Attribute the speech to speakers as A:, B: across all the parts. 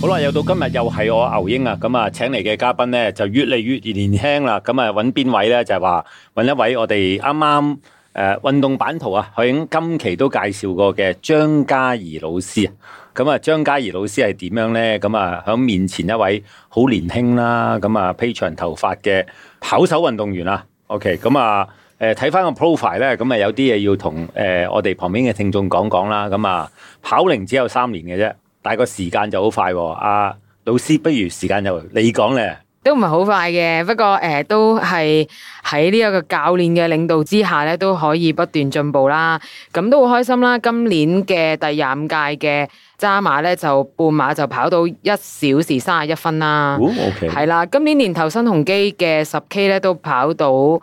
A: 好啦，又到今日又係我牛英啊，咁啊請嚟嘅嘉賓咧就越嚟越年輕啦，咁啊揾邊位咧就係話揾一位我哋啱啱呃誒運動版圖啊，佢已經今期都介紹過嘅張嘉怡老師啊，咁啊張嘉怡老師係點樣咧？咁啊喺面前一位好年輕啦，咁啊披長頭髮嘅跑手運動員啊，OK，咁啊。誒睇翻個 profile 咧，咁啊有啲嘢要同誒、呃我哋旁邊嘅聽眾講講啦。咁啊跑齡只有三年嘅啫，但係個時間就好快喎、啊。老師，不如時間就你講咧。
B: 都唔係好快嘅，不過誒、呃都係喺呢一個教練嘅領導之下咧，都可以不斷進步啦。咁都好開心啦！今年嘅第廿五屆嘅渣馬咧，就半馬就跑到一小時三十一分啦。
A: 哦，OK，
B: 啊係啦，今年年頭新鴻基嘅十 K 咧都跑到誒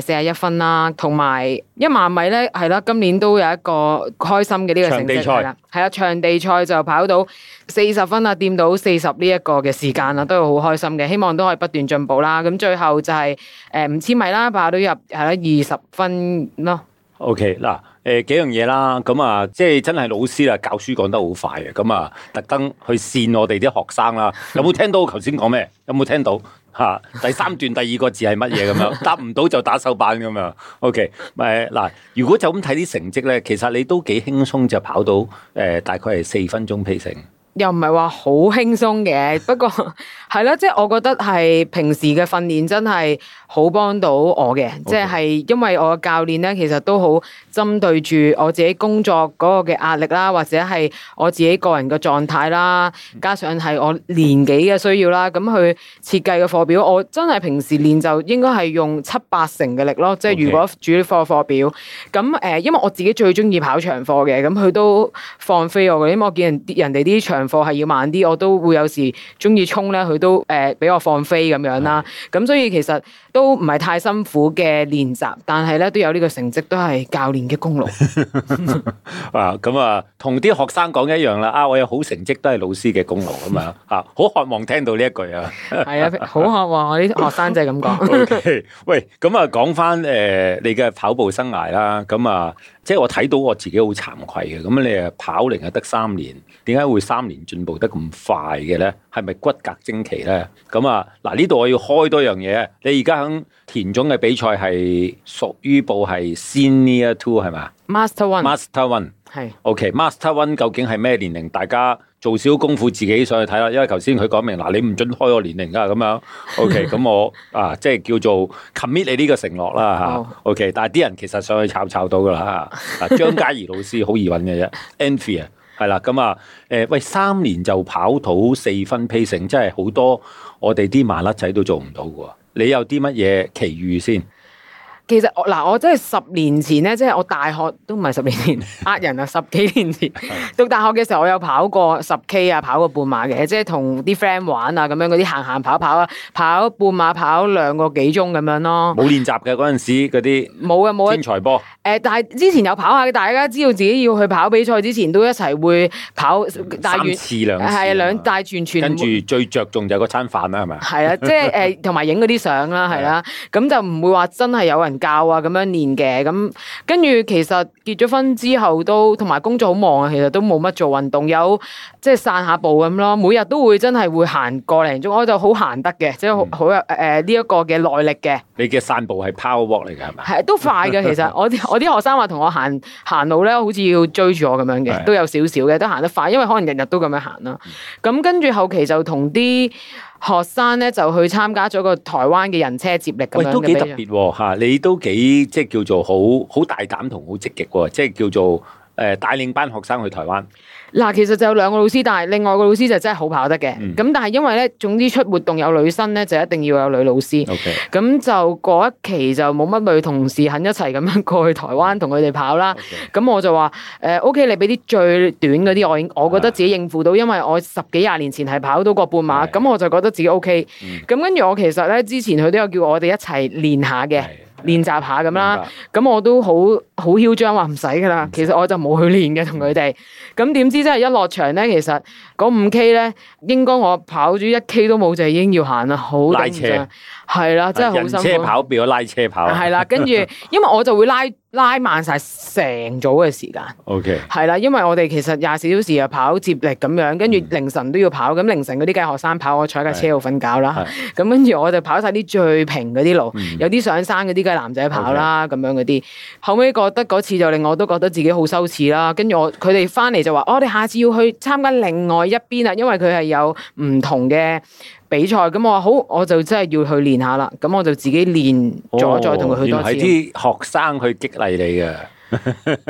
B: 四十一分啦，同埋一萬米咧係啦，今年都有一個開心嘅呢個成
A: 場地
B: 績
A: 賽
B: 係啦，係啦，場地賽就跑到四十分啊，掂到四十呢一個嘅時間啦，都係好開心嘅，希望都可以不斷進步啦。咁最後就係呃誒五千米啦，跑到入係啦二十分咯。
A: OK 嗱，誒、幾樣嘢啦，咁啊，即係真係老師啦，教書講得好快嘅，咁啊，特登去扇我哋啲學生啦，有冇聽到我頭先講咩？有冇聽到嚇、第三段第二個字係乜嘢咁樣？答唔到就打手板咁樣。OK，誒嗱，如果就咁睇啲成績咧，其實你都幾輕鬆就跑到誒、大概係四分鐘披成。
B: 又唔係話好輕鬆嘅，不過 係啦，即係我覺得係平時嘅訓練真係好幫到我嘅，即係因為我嘅教練咧，其實都好針對住我自己工作嗰個嘅壓力啦，或者係我自己個人嘅狀態啦，加上係我年紀嘅需要啦，咁佢設計嘅課表，我真係平時練就應該係用七八成嘅力咯，即
A: OK
B: 係如果主課課表。咁誒、呃因為我自己最中意跑長課嘅，咁佢都放飛我嘅，因為我見人人哋啲長課係要慢啲，我都會有時中意衝咧，佢都誒俾、我放飛咁樣啦。咁所以其實都唔係太辛苦嘅練習，但係咧都有呢個成績，都係教練嘅功勞。
A: 啊，咁啊，同啲學生講一樣啦，啊，我有好成績都係老師嘅功勞咁樣 啊，好渴望聽到呢一句啊。
B: 係啊，好渴望我啲學生就係 咁講。
A: O K，喂，咁啊，講翻誒你嘅跑步生涯啦，咁啊，即係我睇到我自己好慚愧嘅，咁你啊跑齡啊得三年，點解會三年進步得咁快嘅咧？係咪骨骼精奇咧？咁啊，嗱呢度我要開多樣嘢，你而家喺田總嘅比賽係屬於部係 Senior Two 係嘛
B: Master One
A: ？Master One。
B: 係
A: OK，Master One 究竟係咩年齡？大家做少功夫自己上去睇啦。因為頭先佢講明嗱，你唔准開我年齡㗎咁樣。OK，咁 我啊，即係叫做 commit 你呢個承諾啦
B: 好
A: 嚇。OK，但係啲人其實上去炒炒到㗎啦 嚇。嗱，張嘉怡老師好易揾嘅啫 a n f i a 係啦，咁啊，誒喂，三年就跑到四分 pacing，真係好多我哋啲麻甩仔都做唔到㗎喎。你有啲乜嘢奇遇先？
B: 其實我嗱，我真係十年前咧，即係我大學都唔係十年 前，呃人啊，十幾年前讀大學嘅時候，我有跑過十 K 啊，跑過半馬嘅，即係同啲 friend 玩啊，咁樣嗰啲行行跑跑啊，跑半馬跑兩個幾鐘咁樣咯。
A: 冇練習嘅嗰陣時嗰啲
B: 冇啊冇啊
A: 天，才波。
B: 誒、但係之前有跑下嘅，大家知道自己要去跑比賽之前都一齊會跑，但係
A: 三
B: 完
A: 次兩次，
B: 係啊兩，但係完全
A: 跟住最着重就係嗰餐飯啦，係咪？
B: 係啊啦，即係誒，同埋影嗰啲相啦，係啦，咁就唔會話真係有人教啊咁樣練嘅，咁跟住其實結咗婚之後都同埋工作好忙啊，其實都冇乜做運動，有即係散下步咁咯，每日都會真係會行個零鐘，我就好閒得嘅，即係好好有誒呢一個嘅耐力嘅，
A: 你嘅散步係 power walk 嚟嘅係咪？
B: 係都快 嘅其實，我啲我啲學生話同我行行路咧，好似要追住我咁樣
A: 係嗯
B: 嘅，都有少少嘅，都行得快，因為可能日日都咁樣行啦。咁跟住後期就同啲學生咧就去參加咗個台灣嘅人車接力咁
A: 喂，
B: 樣
A: 都
B: 嘅
A: 幾
B: 比
A: 特
B: 賽。
A: 別喎嚇！你都幾即係叫做好好大膽同好積極喎，即係叫做誒帶領班學生去台 灣。
B: 嗱，其實就有兩個老師，但係另外個老師就真係好跑得嘅。咁、
A: 嗯
B: 但係因為咧，總之出活動有女生咧，就一定要有女老師。
A: OK，
B: 咁就嗰一期就冇乜女同事肯一齊咁樣過去台灣同佢哋跑啦。咁我就話誒 OK，你俾啲最短嗰啲，我已我覺得自己應付到，因為我十幾廿年前係跑到過半馬，
A: 係
B: 咁我就覺得自己 OK
A: 嗯。
B: 咁跟住我其實咧，之前佢都有叫我哋一齊練下嘅
A: 係，
B: 練習下咁啦。
A: 明白嗯
B: 咁我都好好囂張話唔使噶啦，其實我就冇去練嘅同佢哋。咁點知真係一落場咧，其實嗰五 K 咧，應該我跑咗一 K 都冇就已經要行啦，好
A: 拉
B: 頂唔
A: 車啊
B: 順。係啦，真係好
A: 人
B: 辛
A: 車
B: 苦。
A: 跑變咗拉車跑啊。
B: 係啦，跟住因為我就會拉拉慢晒成組嘅時間。
A: O K，
B: 係啦，因為我哋其實廿四小時又跑接力咁樣，跟住凌晨都要跑，咁凌晨嗰啲梗係學生跑，我啊坐喺架車度瞓覺啦。咁跟住我就跑晒啲最平嗰啲路，
A: 嗯
B: 有啲上山嗰啲梗係男仔跑啦，咁樣嗰啲。後尾覺得嗰次就令我都覺得自己好羞恥啦。跟住我佢哋翻嚟就話：哦我哋下次要去參加另外一邊啊，因為佢係有唔同嘅。比賽咁我話好，我就真係要去練下啦。咁我就自己練咗，再同佢去多次。
A: 係哦啲學生去激勵你嘅。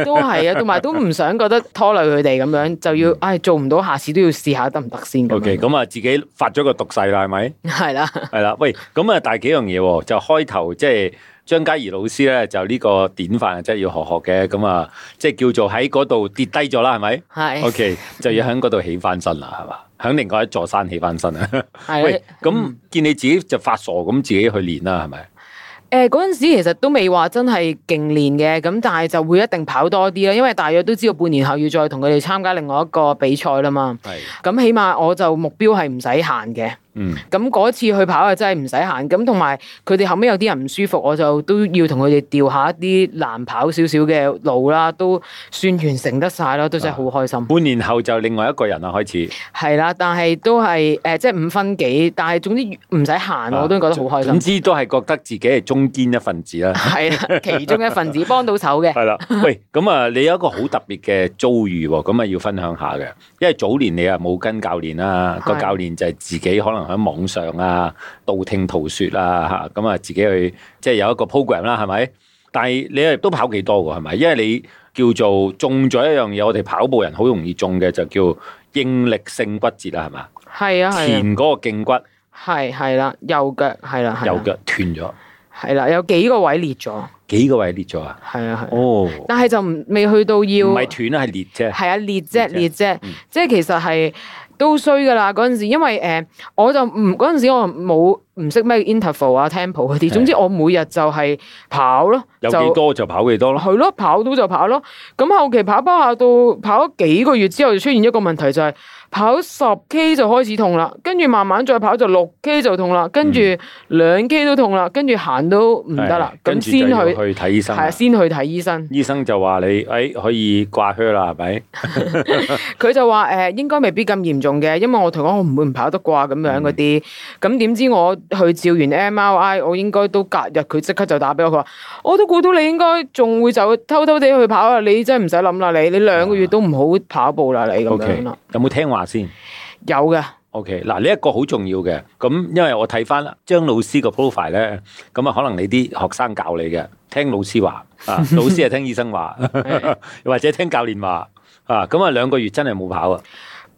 B: 都係啊，同埋都唔想覺得拖累佢哋咁樣，就要唉做唔到，下次都要試下得唔得先咁
A: O K，
B: 樣。
A: 咁啊，自己發咗個毒誓啦，係咪？
B: 係啦，
A: 係啦，喂，咁啊，但係幾樣嘢喎，就開頭即係張嘉怡老師咧，就呢個典範啊即係要學學嘅，咁啊，即係叫做喺嗰度跌低咗啦，係咪？O
B: 係
A: K，就要喺嗰度起翻身啦，係嘛？喺另外一座山起翻身啊！
B: 係
A: 喂
B: 啦。，嗯
A: 咁見你自己就發傻咁自己去練啦，係咪？
B: 誒嗰陣時其實都未話真係勁練嘅，咁但係就會一定跑多啲啦，因為大約都知道半年後要再同佢哋參加另外一個比賽啦嘛。
A: 係，
B: 咁起碼我就目標係唔使限嘅。
A: 嗯，
B: 咁嗰次去跑啊，真係唔使行。咁同埋佢哋後尾有啲人唔舒服，我就都要同佢哋調下一啲難跑少少嘅路啦，都算完成得晒啦，都真係好開心。
A: 半年後就另外一個人啦，開始。
B: 係啦，但係都係誒、呃即係五分幾，但係總之唔使行，我都覺得好開
A: 啊總
B: 心。
A: 之都係覺得自己係中堅一份子啦。
B: 係 啦，其中一份子幫到手嘅
A: 系。啦，喂，咁啊，你有一個好特別嘅遭遇喎，咁啊要分享下嘅，因為早年你啊冇跟教練啦，
B: 係
A: 個教練就係自己可能喺網上啊，道聽途說啊，吓咁啊自己去即係有一個 program 啦，係咪？但係你亦都跑幾多喎，係咪？因為你叫做中咗一樣嘢，我哋跑步人好容易中嘅就叫應力性骨折啦，係嘛？
B: 係啊，係啊，
A: 前嗰個胫骨
B: 係係啦，右腳係啦，係啊
A: 右
B: 啦，
A: 腳斷咗，
B: 係啦，有幾個位裂咗，
A: 幾個位裂咗啊？
B: 係啊係啊，
A: 哦，
B: 但係就唔未去到要
A: 唔係斷啦，係裂啫。
B: 係啊，列啫，
A: 列
B: 列啫
A: 嗯，
B: 即係其實係都衰噶啦。嗰陣時，因為誒、呃我就唔嗰陣時我冇唔識咩 interval 啊、tempo 嗰啲，總之我每日就係跑咯，
A: 有
B: 就
A: 幾多就跑幾多咯。
B: 係咯，跑到就跑咯。咁後期跑跑下到跑咗幾個月之後，就出現一個問題就係、跑十 K 就開始痛啦，跟住慢慢再跑就六 K 就痛啦，跟住兩 K 都痛啦，跟住行都唔得啦
A: 係，
B: 咁
A: 跟住
B: 先
A: 就要
B: 去
A: 去睇醫生
B: 係
A: 啦。
B: 啊，先去睇醫生。
A: 醫生就話你，哎，可以掛靴啦，係咪？
B: 佢就話誒、呃、應該未必咁嚴重嘅，因為我同佢講我唔會唔跑得啩咁
A: 嗯
B: 樣嗰啲，咁點、知我去照完 MRI，我應該都隔日佢即刻就打俾我，佢話我都估到你應該仲會走偷偷地去跑啊，你真係唔使諗啦你，你兩個月都唔好跑步啦你咁
A: O K，
B: 樣啦，
A: 有冇聽話先
B: 有嘅，
A: ？O K，嗱呢一個好重要嘅，咁因為我睇翻張老師個 profile 咧，咁啊可能你啲學生教你嘅，聽老師話 啊，老師係聽醫生話，
B: 係
A: 或者聽教練話啊，咁啊兩個月真係冇跑啊，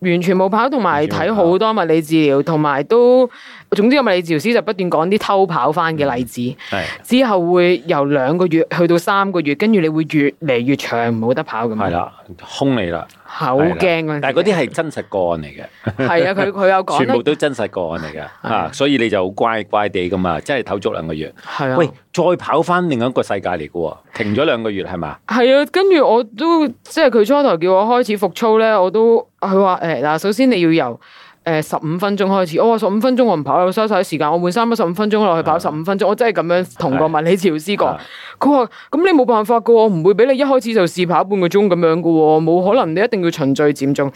B: 完全冇跑，同埋
A: 完全冇跑
B: 睇好多物理治療，同埋都總之個物理治療師就不斷講啲偷跑翻
A: 嗯
B: 嘅例子。
A: 係
B: 之後會由兩個月去到三個月，跟住你會越嚟越長冇得跑咁樣
A: 係，啦，空嚟啦，
B: 好驚嗰陣時
A: 但係嗰啲係真實個案嚟嘅。
B: 係啊， 佢佢有嗯講
A: 全部
B: 得
A: 都真實個案嚟㗎，啊，所以你就好乖乖地㗎嘛，真係唞足兩個月。
B: 係啊，
A: 喂，再跑翻另一個世界嚟嘅喎，停咗兩個月係嘛？
B: 係啊，跟住我都即係佢初頭叫我開始復操咧，我都佢話誒嗱，首先你要由誒十五分鐘開始，我話十五分鐘我唔跑，我收晒啲時間，我換衫咗十五分鐘落去跑十五分鐘，我真係咁樣同個物理治療師講
A: 啊，
B: 佢話咁你冇辦法嘅喎，我唔會俾你一開始就試跑半個鐘咁樣嘅喎，冇可能，你一定要循序漸進。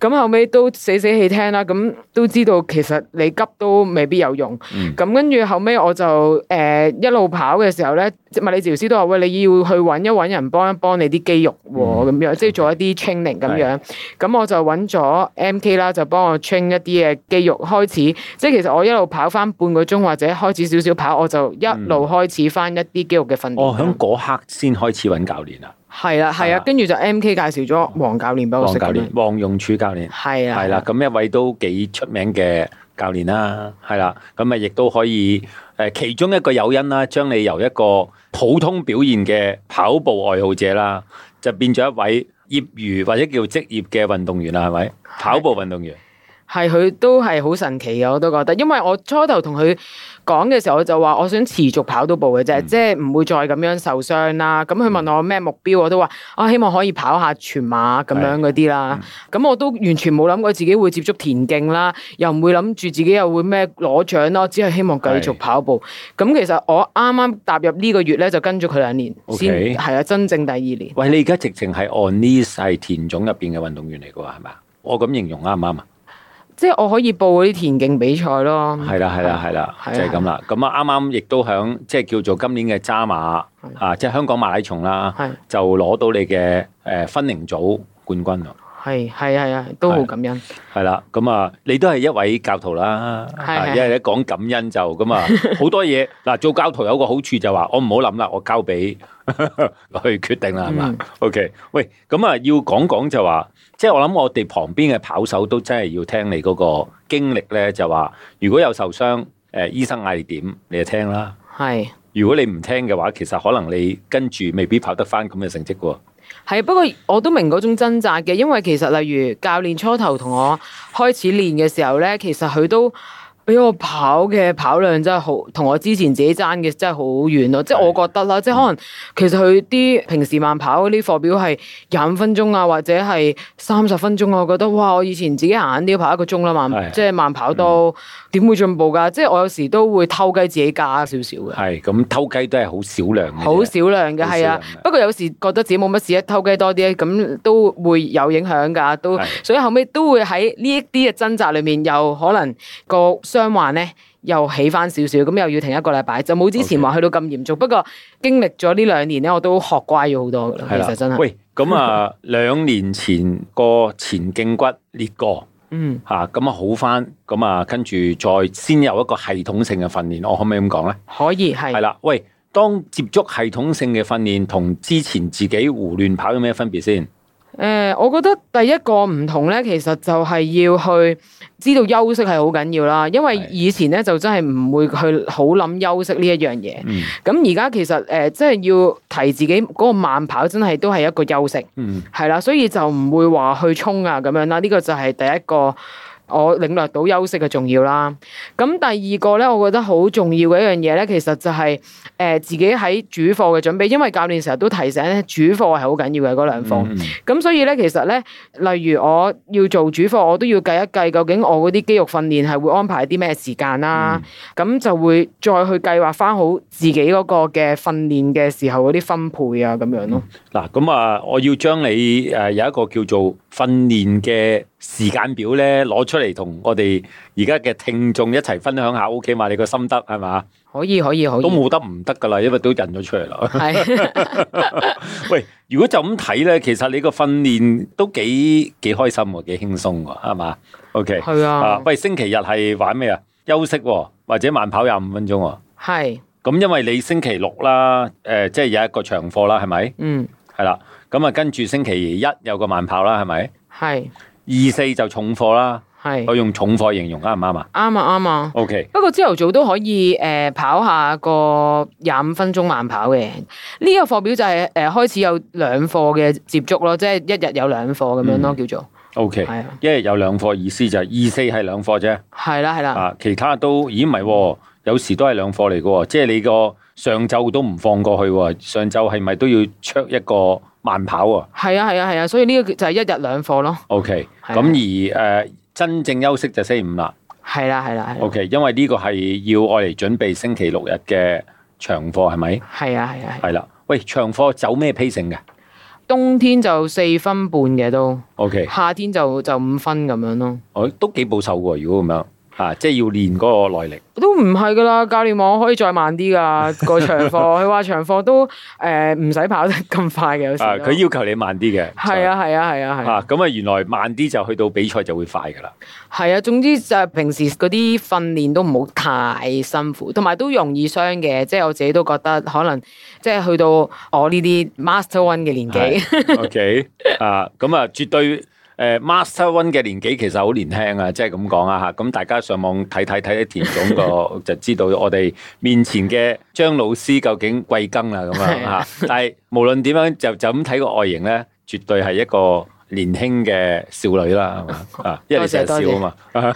B: 咁後尾都死死氣聽啦，咁都知道其實你急都未必有用。咁跟住後尾我就誒、呃一路跑嘅時候咧，即係物理治療師都話：喂，你要去揾一揾人幫一幫你啲肌肉喎，咁、樣即係做一啲 training 咁樣。咁我就揾咗 MK 啦，就幫我 train 一啲嘅肌肉開始。即係其實我一路跑翻半個鐘或者開始少少跑，我就一路開始翻一啲肌肉嘅訓練。
A: 哦，喺嗰刻先開始揾教練啊，
B: 係啦，係
A: 係
B: 啊
A: 啦，
B: 跟住就 MK 介紹咗黃教練俾我
A: 黃
B: 識
A: 教
B: 咁
A: 練
B: 樣，
A: 黃用柱教練
B: 係啊啦，
A: 係啦，咁一位都幾出名嘅教練啦，係啦，咁啊亦都可以誒、呃其中一個誘因啦，將你由一個普通表現嘅跑步愛好者啦，就變咗一位業餘或者叫職業嘅運動員啦，係咪？跑步運動員
B: 係佢都係好神奇嘅，我都覺得，因為我初頭同佢講嘅時候，我就話我想持續跑到步嘅
A: 嗯
B: 啫，即係唔會再咁樣受傷啦。咁佢問我咩目標，我都話啊，希望可以跑下全馬咁樣嗰啲啦。
A: 嗯
B: 咁我都完全冇諗過自己會接觸田徑啦，又唔會諗住自己又會咩攞獎啦，我只係希望繼續
A: 係
B: 跑步。咁其實我啱啱踏入呢個月咧，就跟咗佢兩年，先
A: OK
B: 係啊，真正第二年。
A: 喂，你而家直情係 on list 係田總入邊嘅運動員嚟嘅喎，係咪啊？我咁形容啱唔啱啊？
B: 即係我可以報嗰啲田徑比賽咯。
A: 係啦，係啦，係啦，
B: 嗯係啊
A: 就係咁啦。咁啊，啱啱亦都響即係叫做今年嘅渣馬啊，即係香港馬拉松啦，
B: 係
A: 就攞到你嘅誒分齡組冠軍喎。啊
B: 係係係啊，都好感恩。
A: 係啦，咁啊，你都係一位教徒啦，
B: 係
A: 啊
B: 係
A: 因為一講感恩就咁啊， 好多嘢嗱，做教徒有個好處就話，我唔好諗啦，我交俾 去決定
B: 嗯
A: 啦，係嘛、o k 喂，咁啊，要講講就話，即係我諗我哋旁邊嘅跑手都真係要聽你嗰個經歷咧，就話如果有受傷，誒、醫生嗌你點，你就聽啦。
B: 係
A: 如果你唔聽嘅話，其實可能你跟住未必跑得翻咁嘅成績喎。
B: 係，不過我都明嗰種掙扎嘅，因為其實例如教練初頭同我開始練嘅時候咧，其實佢都。俾我跑嘅跑量真係好，同我之前自己爭嘅真係好遠咯。即係
A: 係
B: 我覺得啦，即係可能其實佢啲平時慢跑嗰啲課表係廿五分鐘啊，或者係三十分鐘啊，我覺得哇！我以前自己行緊都要跑一個鐘啦，慢
A: 係
B: 即係慢跑都點會進步㗎？即係我有時都會偷雞自己加少少嘅。
A: 係，咁偷雞都係好少量嘅啫。
B: 好少量嘅，
A: 好
B: 係啊
A: 少量嘅。
B: 不過有時覺得自己冇乜事，一偷雞多啲，咁都會有影響㗎。都
A: 係
B: 所以後尾都會喺呢一啲嘅掙扎裏面，又可能個傷患咧又起翻少少，咁又要停一個禮拜，就冇之前
A: OK
B: 話去到咁嚴重。不過經歷咗呢兩年咧，我都學乖咗好多㗎啦。
A: 係啦
B: 其實真係，
A: 喂，咁 啊，兩年前個前胫骨裂過
B: 嗯，
A: 嚇，咁啊好翻，咁啊跟住再先有一個系統性嘅訓練，我可唔可以咁講咧？
B: 可以
A: 係
B: 係。
A: 啦，喂，當接觸系統性嘅訓練同之前自己胡亂跑有咩分別先？
B: 誒、我覺得第一個唔同咧，其實就係要去知道休息係好緊要啦，因為
A: 係
B: 以前咧就真係唔會去好諗休息呢一樣嘢。
A: 嗯
B: 咁而家其實誒、呃即係要提自己嗰個慢跑，真係都係一個休息，
A: 嗯，
B: 係啦，所以就唔會話去衝啊咁樣啦。呢、個就係第一個我領略到休息嘅重要啦。咁第二個咧，我覺得好重要嘅一樣嘢咧，其實就係、呃自己喺主課嘅準備，因為教練成日都提醒咧，主課係好緊要嘅嗰兩課。
A: 嗯
B: 咁所以咧，其實咧，例如我要做主課，我都要計一計究竟我嗰啲肌肉訓練係會安排啲咩時間啦。咁、
A: 嗯
B: 就會再去計劃翻好自己嗰個嘅訓練嘅時候嗰啲分配啊，咁樣咯。
A: 嗱，咁啊，我要將你誒有一個叫做訓練嘅時間表咧，攞出嚟同我哋而家嘅聽眾一齊分享下，OK 嘛？你個心得係嘛？
B: 可以，可以，可以
A: 都。冇得唔得㗎啦，因為都印咗出嚟啦。
B: 係
A: 喂，如果就咁睇咧，其實你個訓練都幾幾開心喎，幾輕鬆喎，係嘛？OK，
B: 係
A: 啊
B: 啊，，
A: 喂，星期日係玩咩啊？休息喎，或者慢跑廿五分鐘喎。
B: 係
A: 咁因為你星期六啦，誒、即係有一個長課啦，係咪？
B: 嗯
A: 係啦，咁啊跟住星期一有個慢跑啦，係咪？
B: 係
A: 二四就重課啦，
B: 係
A: 我用重課形容啱唔啱啊
B: 啱啊啱啊。
A: ？OK，
B: 不過朝頭早都可以誒、呃跑下個廿五分鐘慢跑嘅，呢、個課表就係、誒、開始有兩課嘅接觸咯，即係一日有兩課咁樣
A: 嗯
B: 咯，叫做
A: OK，
B: 係啊，
A: 一日有兩課，意思就係二四係兩課啫。
B: 係啦係啦，
A: 啊，其他都咦唔係喎，有時都係兩課嚟嘅喎，即係你個上晝都唔放過去喎，上晝係咪都要出一個慢跑啊
B: 係啊係啊係啊，所以呢個就係一日兩課咯，
A: ？OK，
B: 係啊
A: 咁而誒、呃真正休息就星期五啦。
B: 係啊啦係啦係啦
A: OK，因為呢個係要我嚟準備星期六日嘅長課係咪？
B: 係啊係啊，係啊
A: 係啦，喂，長課走咩 pacing 嘅
B: 冬天就四分半嘅都，
A: ？OK，
B: 夏天就就五分咁樣咯。
A: 我都幾保守喎，如果咁樣啊，即係要練嗰個耐力。
B: 都唔係噶啦，教練話我可以再慢 啲噶個長課，佢話長課都誒唔使跑得咁快嘅有時都。
A: 啊，佢要求你慢啲嘅。
B: 係啊係啊係啊係啊
A: 啊，咁啊，原來慢啲就去到比賽就會快㗎啦。
B: 係啊，總之就係平時嗰啲訓練都唔好太辛苦，同埋都容易傷嘅。即係我自己都覺得可能即係去到我呢啲 Master One 嘅年 紀，
A: 係 OK 啊，咁啊，絕對誒、呃 Master One 嘅年紀其實好年輕啊，即係咁講啊嚇。咁大家上網睇睇睇睇田 總個就知道我哋面前嘅張老師究竟貴庚啦咁
B: 係啊
A: 啊嚇。但係無論點樣就就咁睇個外形咧，絕對係一個年輕嘅少女啦，係嘛 啊，因為你成日
B: 多謝
A: 笑啊嘛。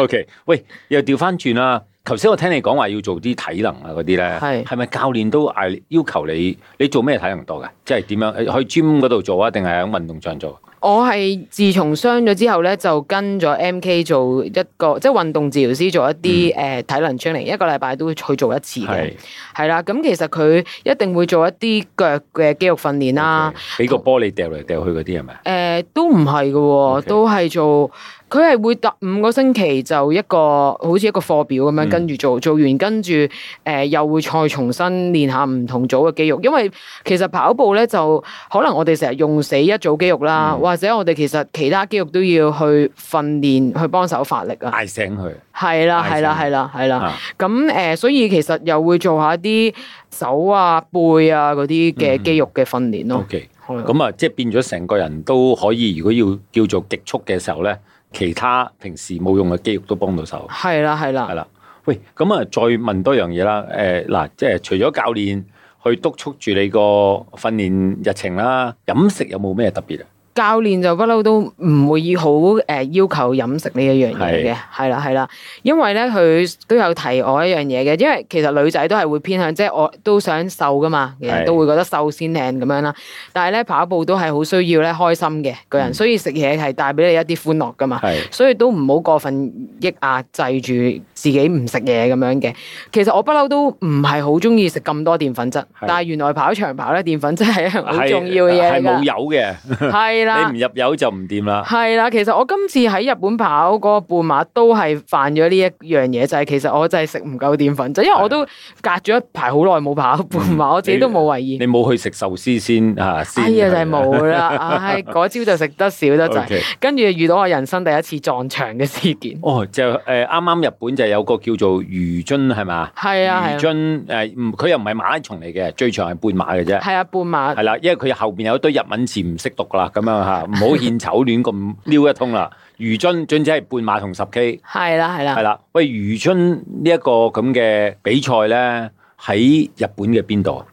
A: OK，喂，又調翻轉啦。頭先我聽你講話要做啲體能啊嗰啲咧，
B: 係
A: 係咪教練都嗌要求你？你做咩體能多嘅？即係點樣誒去 gym 嗰度做啊？定係喺運動場做？啊
B: 我係自從傷咗之後咧，就跟咗 MK 做一個即係運動治療師做一啲誒、呃體能 training，一個禮拜都會去做一次嘅
A: 嗯係。
B: 係啦，咁其實佢一定會做一啲腳嘅肌肉訓練啦。
A: OK，俾個波你掉嚟掉去嗰啲係咪？
B: 誒、呃都唔係嘅喎
A: OK
B: 都係做佢係會特五個星期就一個好似一個課表
A: 嗯
B: 咁樣跟住做，做完跟住誒、呃又會再重新練下唔同組嘅肌肉，因為其實跑步咧就可能我哋成日用死一組肌肉
A: 嗯
B: 啦，或者我哋其實其他肌肉都要去訓練去幫手發力啊。
A: 嗌醒佢。
B: 係啦，
A: 嗌
B: 係啦，
A: 聲
B: 係啦，係啦
A: 啊。
B: 咁誒、呃所以其實又會做下啲手啊、背啊嗰啲嘅肌肉嘅訓練咯。
A: 嗯 OK，
B: 係啊
A: 咁啊，即係變咗成個人都可以，如果要叫做極速嘅時候咧，其他平時冇用嘅肌肉都幫到手，
B: 係啦，係啦
A: 係。啦。喂，咁啊，再問多樣嘢啦。誒、嗱，即係除咗教練去督促住你個訓練日程啦，飲食有冇咩特別啊？
B: 教練就不嬲都唔會要好誒、呃要求飲食呢一樣嘢嘅，係啦係啦，因為咧佢都有提我一樣嘢嘅，因為其實女仔都係會偏向即係我都想瘦噶嘛，其
A: 係
B: 實都會覺得瘦先靚咁樣啦。但係咧跑步都係好需要咧開心嘅個人，所以食嘢係帶俾你一啲歡樂噶嘛。
A: 嗯係
B: 所以都唔好過分抑壓制住自己唔食嘢咁樣嘅。其實我不嬲都唔係好中意食咁多澱粉質，但係原來跑長跑咧澱粉質係一樣好
A: 係
B: 重要嘅嘢
A: 係
B: 嚟
A: 冇
B: 㗎，
A: 油嘅，
B: 係啦。
A: 你唔入油就唔掂啦。
B: 係啦，其實我今次喺日本跑嗰個半馬都係犯咗呢一樣嘢，就係、其實我就係食唔夠澱粉質，因為我都隔咗一排好耐冇跑半馬，我自己都冇為意
A: 啊嗯你。冇去食壽司先啊？先
B: 哎呀，就係冇 啦，唉，嗰朝就食得少得
A: OK
B: 滯，跟住遇到我人生第一次撞牆嘅事件。
A: 哦，就誒啱啱日本就有個叫做魚津係嘛？
B: 係啊，
A: 魚
B: 係啊，
A: 津誒，唔佢又唔係馬拉松嚟嘅，最長係半馬嘅啫。
B: 係啊，半馬
A: 係啦，因為佢後邊有一堆日文字唔識讀啦，咁樣 嚇，唔好獻醜亂咁撩一通啦。魚津總之係半馬同十 K，
B: 係啦，係
A: 係
B: 啦。
A: 啦。喂，魚津呢一個咁嘅比賽咧，喺日本嘅邊度啊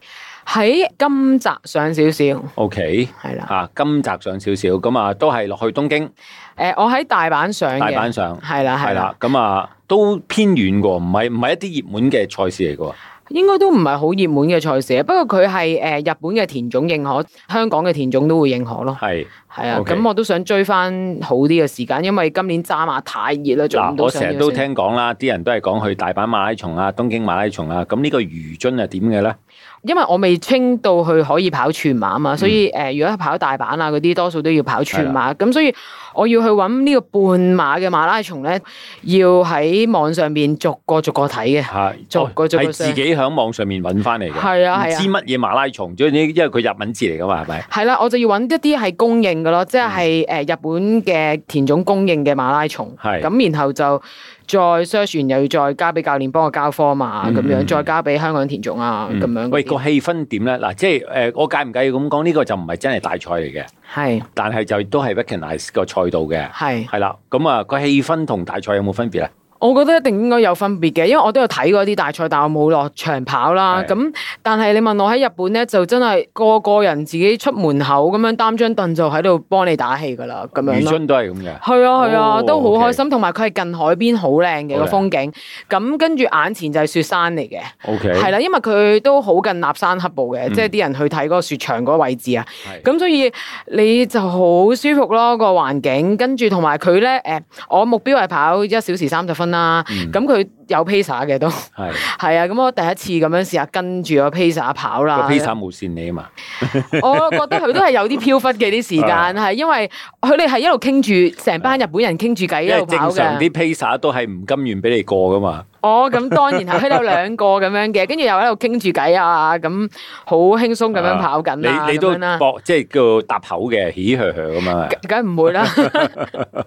B: 喺金澤上少少，係
A: ？OK，
B: 啦。
A: 啊，金澤上少少，咁啊都係落去東京
B: 誒，我喺大阪上
A: 大阪
B: 嘅，
A: 上，
B: 係啦，
A: 係
B: 係啦
A: 啦，，咁啊都偏遠喎，唔係唔係一啲熱門嘅賽事嚟嘅喎。
B: 應該都唔係好熱門嘅賽事，啊不過佢係誒日本嘅田種認可，香港嘅田種都會認可咯。
A: 係。
B: 係啊，
A: OK
B: 咁我都想追翻好啲嘅時間，因為今年渣馬太熱啦，做唔
A: 嗱，
B: 到
A: 我
B: 上
A: 成
B: 腰
A: 日都
B: 線。
A: 聽講啦，啲人都係講去大阪馬拉松啊、東京馬拉松啊，咁呢個魚津係點嘅咧？
B: 因為我未清到去可以跑全馬啊嘛，所以誒、
A: 嗯
B: 呃如果跑大阪啊嗰啲，多數都要跑全馬，咁所以我要去揾呢個半馬嘅馬拉松咧，要喺網上面逐個逐個睇嘅。
A: 嚇，
B: 逐個逐個
A: 係自己喺網上面揾翻嚟嘅，
B: 係啊係啊
A: 唔知乜嘢馬拉松，因為因為佢日文字嚟噶嘛，係咪？
B: 係啦，我就要揾一啲係公認嘅咯，即係誒日本嘅田種公認嘅馬拉松，
A: 嗯係
B: 咁然後就再 search 完又要再交俾教練幫我交科嘛，
A: 嗯
B: 咁樣再交俾香港田種啊咁樣嗰啲。
A: 喂，個氣氛點咧？嗱，即係誒、呃我介唔介意咁講？呢、個就唔係真係大賽嚟嘅，
B: 係
A: 但係就都係 recognize 個賽道嘅，
B: 係，
A: 係啦。咁啊，個氣氛同大賽有冇分別咧？
B: 我覺得一定應該有分別嘅，因為我都有睇過啲大賽，但我冇落長跑啦。
A: 係
B: 咁但係你問我喺日本咧，就真係個個人自己出門口咁樣擔張凳就喺度幫你打氣㗎啦，咁樣
A: 魚
B: 咯。
A: 津都係咁嘅，
B: 係啊係
A: 哦
B: 啊，都好
A: OK
B: 開心，同埋佢係近海邊，好靚嘅個
A: 好靚
B: 風景。咁跟住眼前就係雪山嚟嘅，
A: ，OK，
B: 係啦，因為佢都好近立山黑部嘅，
A: 嗯
B: 即係啲人去睇嗰個雪場嗰個位置啊。
A: 係
B: 咁所以你就好舒服咯個環境，跟住同埋佢咧誒，我目標係跑一小時三十分
A: 嗯
B: 啦。咁佢有 pacer 嘅都 係
A: 係
B: 啊，咁我第一次咁樣試下跟住個 pacer 跑
A: 個
B: 啦。
A: 披薩無線你啊嘛，
B: 我覺得佢都係有啲飄忽嘅啲時 間，
A: 啊
B: 係因為佢哋係一路傾住成班日本人傾住偈
A: 因
B: 一
A: 為
B: 路
A: 正
B: 跑
A: 常
B: 嘅。
A: 啲披薩都係唔甘願俾你過噶嘛。
B: 哦，咁當然係，佢哋有兩個咁樣嘅，跟住又喺度傾住偈啊，咁好輕鬆咁樣跑緊啊，
A: 你你都
B: 咁樣啦
A: 搏即係叫搭口嘅，起呵呵咁啊，
B: 梗梗唔會啦，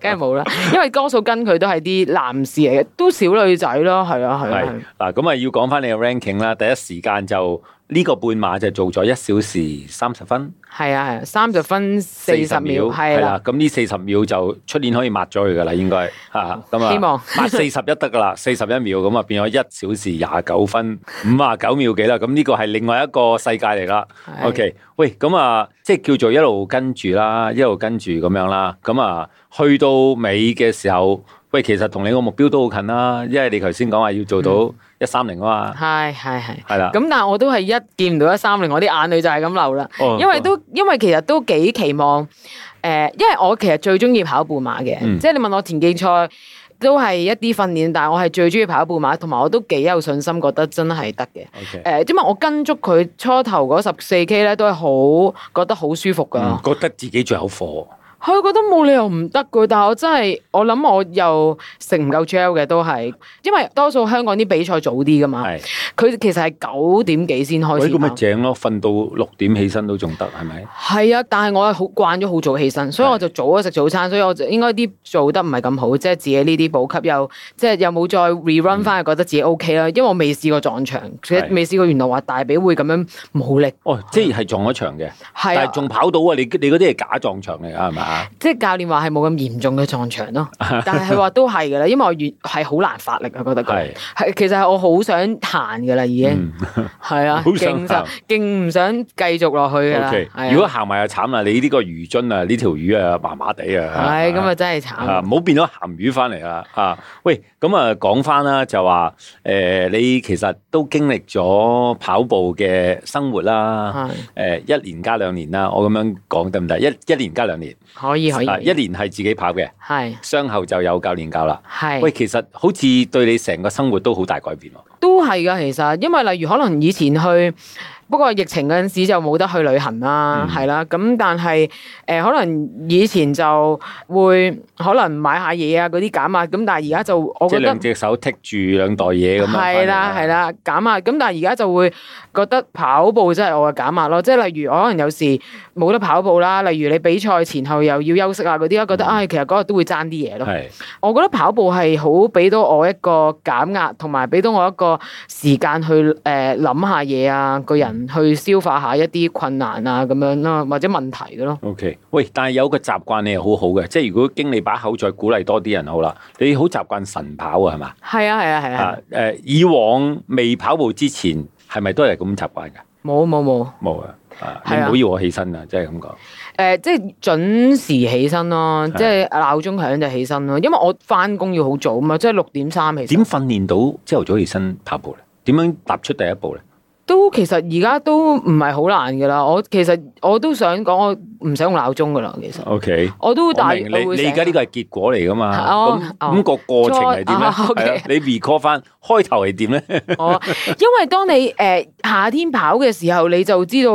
B: 梗係冇啦，因為多數跟佢都係啲男士嚟嘅，都少女仔啦，咯，係咯，係咯
A: 係
B: 係咯，
A: 嗱，咁啊要講翻你嘅 ranking 啦，第一時間就呢、個半馬就做咗一小時三十分
B: 係啊，係啊，三十分四十秒，係
A: 係
B: 啦
A: 啦，，咁呢四十秒就出年可以抹咗佢噶啦，應該嚇咁啊，
B: 哦希望
A: 抹四十一得噶 啦，四十一秒咁啊變咗一小時廿九分五啊九秒幾啦，咁呢個係另外一個世界嚟啦。
B: 係
A: OK，喂，咁啊，即係叫做一路跟住啦，一路跟住咁樣啦，咁啊，去到尾嘅時候，喂，其實同你個目標都好近啦，因為你頭先講話要做
B: 嗯
A: 到一三零啊嘛，
B: 係係係。
A: 係啦，
B: 咁但係我都係一見唔到一三零，我啲眼淚就係咁流啦。
A: 哦
B: 因為都因為其實都幾期望誒、呃因為我其實最中意跑半馬嘅，
A: 嗯
B: 即係你問我田徑賽都係一啲訓練，但係我係最中意跑半馬，同埋我都幾有信心，覺得真係得嘅。誒、
A: OK，
B: 因為我跟足佢初頭嗰十四 K 咧，都係好覺得好舒服㗎。
A: 嗯覺得自己最有貨，
B: 佢覺得冇理由唔得嘅，但係我真係我諗我又食唔夠 gel 嘅都係，因為多數香港啲比賽早啲㗎嘛，
A: 係，
B: 佢其實係九點幾先開
A: 喂，
B: 始
A: 咁咪
B: 跑。
A: 正咯，瞓到六點起身都仲得，係咪？
B: 係啊，但係我係好慣咗好早起身，所以我就早咗食早餐，所以我就應該啲做得唔係咁好，即係自己呢啲補給又即係又冇再 rerun 翻，覺得自己 OK 啦。因為我未試過撞牆，其實
A: 嗯係
B: 未試過原來話大髀會咁樣冇力，
A: 哦，即係撞咗場嘅，
B: 係
A: 但
B: 啊
A: 係，仲跑到啊！你你嗰啲係假撞場嚟㗎，係咪啊？
B: 即係教練話係冇咁嚴重嘅撞牆 咯。但係佢話都係㗎啦，因為我越係好難發力啊，覺得佢
A: 係，
B: 係其實係我好想彈㗎啦，已經
A: 嗯
B: 係啊，
A: 好想
B: 勁想
A: 彈
B: 勁唔想繼續落去㗎啦
A: OK，。
B: 係啊
A: 如果行埋就慘啦，你呢個魚樽啊，呢條魚啊，麻麻地啊，
B: 係咁啊，真係
A: 啊，
B: 慘。
A: 唔好變咗鹹魚翻嚟啦啊！喂，咁啊講翻啦，就話誒、你其實都經歷咗跑步嘅生活啦，
B: 係
A: 誒、一年加兩年啦，我咁樣講得唔得？一一年加兩年，
B: 可以可以
A: 啊，一年係自己跑嘅，
B: 係
A: 傷後就有教練教啦。
B: 係。
A: 喂，其實好似對你成個生活都好大改變喎。
B: 都係噶，其實因為例如可能以前去，不過疫情嗰陣時就冇得去旅行啦，
A: 嗯
B: 係啦、咁但係誒、呃可能以前就會可能買下嘢啊嗰啲減下，咁但係而家就我
A: 即係
B: 覺得
A: 兩。隻手剔住兩袋嘢咁啊樣返嚟。
B: 係啦，係啦，減壓。咁但係而家就會覺得跑步真係我嘅減壓咯。即係例如我可能有時冇得跑步啦，例如你比賽前後又要休息啊嗰啲，
A: 嗯
B: 覺得唉、其實嗰日都會爭啲嘢咯。
A: 係，
B: 我覺得跑步係好俾到我一個減壓，同埋俾到我一個時間去呃誒諗、下嘢啊，個人去消化下一啲困難啊咁樣啦，或者問題嘅咯。
A: O、k 喂，但係有個習慣你係好好嘅，即係如果經理把口再鼓勵多啲人好啦，你好習慣晨跑啊，係嘛？
B: 係啊係啊係
A: 啊
B: 啊，
A: 誒、以往未跑步之前係咪都係咁習慣㗎？
B: 冇冇冇
A: 冇啊！啊，你
B: 係啊
A: 唔好要我起身啊！即係咁講，
B: 誒，即係準時起身咯，即係鬧鐘響就起身咯，因為我翻工要好早啊嘛，即係六點三起
A: 點
B: 身。
A: 訓練到朝頭早起身跑步咧？點樣踏出第一步咧？
B: 都其實而家都唔係好難噶啦，我其實我都想講，我唔使用鬧鐘噶啦，其實
A: O K，
B: 我都
A: 我
B: 大
A: 明
B: 約
A: 你
B: 會
A: 你
B: 醒
A: 而家呢個係結果嚟㗎嘛？
B: 哦
A: 咁
B: 哦
A: 咁個過程係點咧？
B: 再啊，OK
A: 係啊你 recall 翻開頭係點咧？
B: 哦，因為當你誒、呃夏天跑嘅時候，你就知道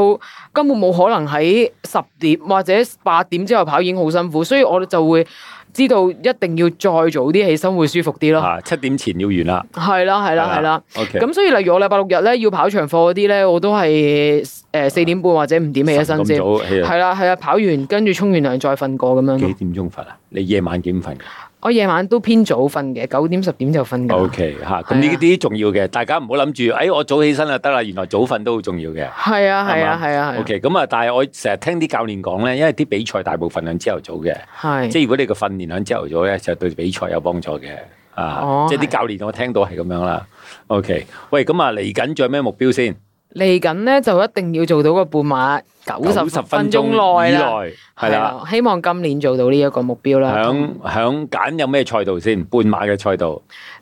B: 根本冇可能喺十點或者八點之後跑已經好辛苦，所以我就會知道一定要再早啲起身會舒服啲咯。
A: 啊，七點前要完啦，
B: 係啦，係啦，係啦。
A: O K，
B: 咁所以例如我禮拜六日咧要跑長課嗰啲咧，我都係誒四點半或者五點起咗身
A: 咁
B: 先。
A: 早起啊？
B: 係啦，係啦，跑完跟住沖完涼再瞓過咁樣
A: 幾
B: 咯。
A: 點鐘瞓啊？你夜晚幾點瞓㗎？
B: 我夜晚都偏早瞓嘅，九點十點就瞓㗎
A: O
B: 啦。
A: K 吓，咁呢
B: 係啊
A: 啲重要嘅，大家唔好諗住，哎，我早起身就得啦，原來早瞓都好重要嘅。
B: 係啊，係啊，係啊，
A: O
B: 係
A: K，咁啊，但係我成日聽啲教練講咧，因為啲比賽大部分響朝頭早嘅，
B: 啊。係。
A: 即係如果你個訓練響朝頭早咧，就對比賽有幫助嘅。啊
B: 哦，
A: 即係啲
B: 係
A: 教練我聽到係咁樣啦。O K，喂，咁啊，嚟緊仲有咩目標先？
B: 嚟緊咧就一定要做到個半馬九十
A: 90
B: 分鐘內
A: 以
B: 啦，
A: 內係啦，，啊
B: 希望今年做到呢一個目標啦。
A: 響響揀有咩賽道先？半馬嘅賽道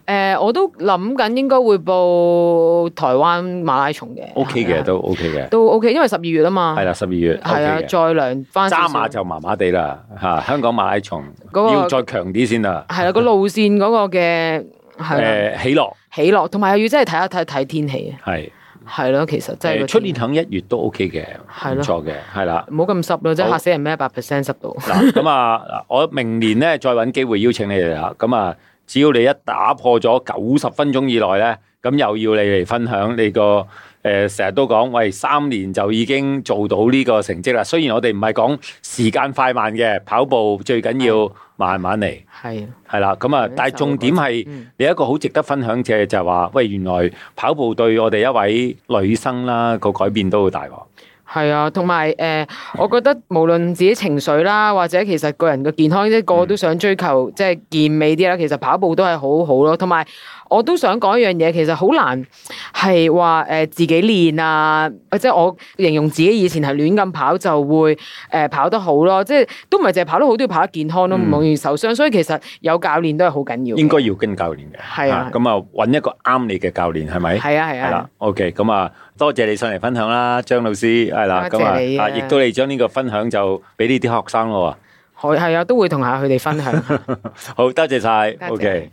B: 誒、我都諗緊應該會報台灣馬拉松嘅。
A: ，O K
B: 係
A: 嘅
B: 啊
A: 都 O K 嘅，
B: 都 OK，因為十二月啊嘛，
A: 係啦，十二月
B: 係啊，
A: OK 嘅。
B: 再量翻
A: 揸馬就麻麻地啦，嚇！香港馬拉松
B: 嗰個
A: 要再強啲先啦。
B: 係啦，個路線嗰個嘅係啦
A: 誒，喜樂
B: 起落，同埋又要真係睇一睇睇天氣
A: 係
B: 啊，係咯，其實真係
A: 誒，
B: 個
A: 出年響一月都 OK 嘅，
B: 係
A: 唔
B: 咯
A: 錯嘅，係啦。
B: 唔好咁濕咯，即係
A: 好
B: 嚇死人咩？一百 percent 濕度。
A: 嗱，咁啊，嗱我明年咧再揾機會邀請你哋啦。咁啊，只要你一打破咗九十分鐘以內咧，咁又要你嚟分享你個誒，成日都講喂，三年就已經做到呢個成績啦。雖然我哋唔係講時間快慢嘅，跑步最緊要慢慢嚟，
B: 係啊
A: 係啦。咁啊，但係重點係
B: 嗯
A: 你一個好值得分享嘅就係話，喂，原來跑步對我哋一位女生啦個改變都好大喎。
B: 係啊，同埋誒，我覺得無論自己情緒啦，或者其實個人嘅健康，即係個個都想追求即係呃健美啲啦。其實跑步都係好好咯，同埋我都想講一樣嘢，其實好難係話誒自己練啊，或者我形容自己以前係亂咁跑就會誒、呃跑得好咯，即係都唔係淨係跑得好，都要跑得健康咯，唔容易受傷。所以其實有教練都係好緊要
A: 嗯
B: 嘅。
A: 應該要跟教練嘅，
B: 係啊
A: 咁啊揾一個啱你嘅教練係咪？
B: 係啊係
A: 係
B: 啊
A: 啦，，OK，咁啊，多謝你上嚟分享啦，張老師，係啦，
B: 多
A: 咁
B: 謝
A: 啊，
B: 你啊
A: 啊亦都你將呢個分享就俾呢啲學生咯
B: 係係啊，都會同下佢哋分享。
A: 喎，好多謝晒
B: 多謝
A: ，OK。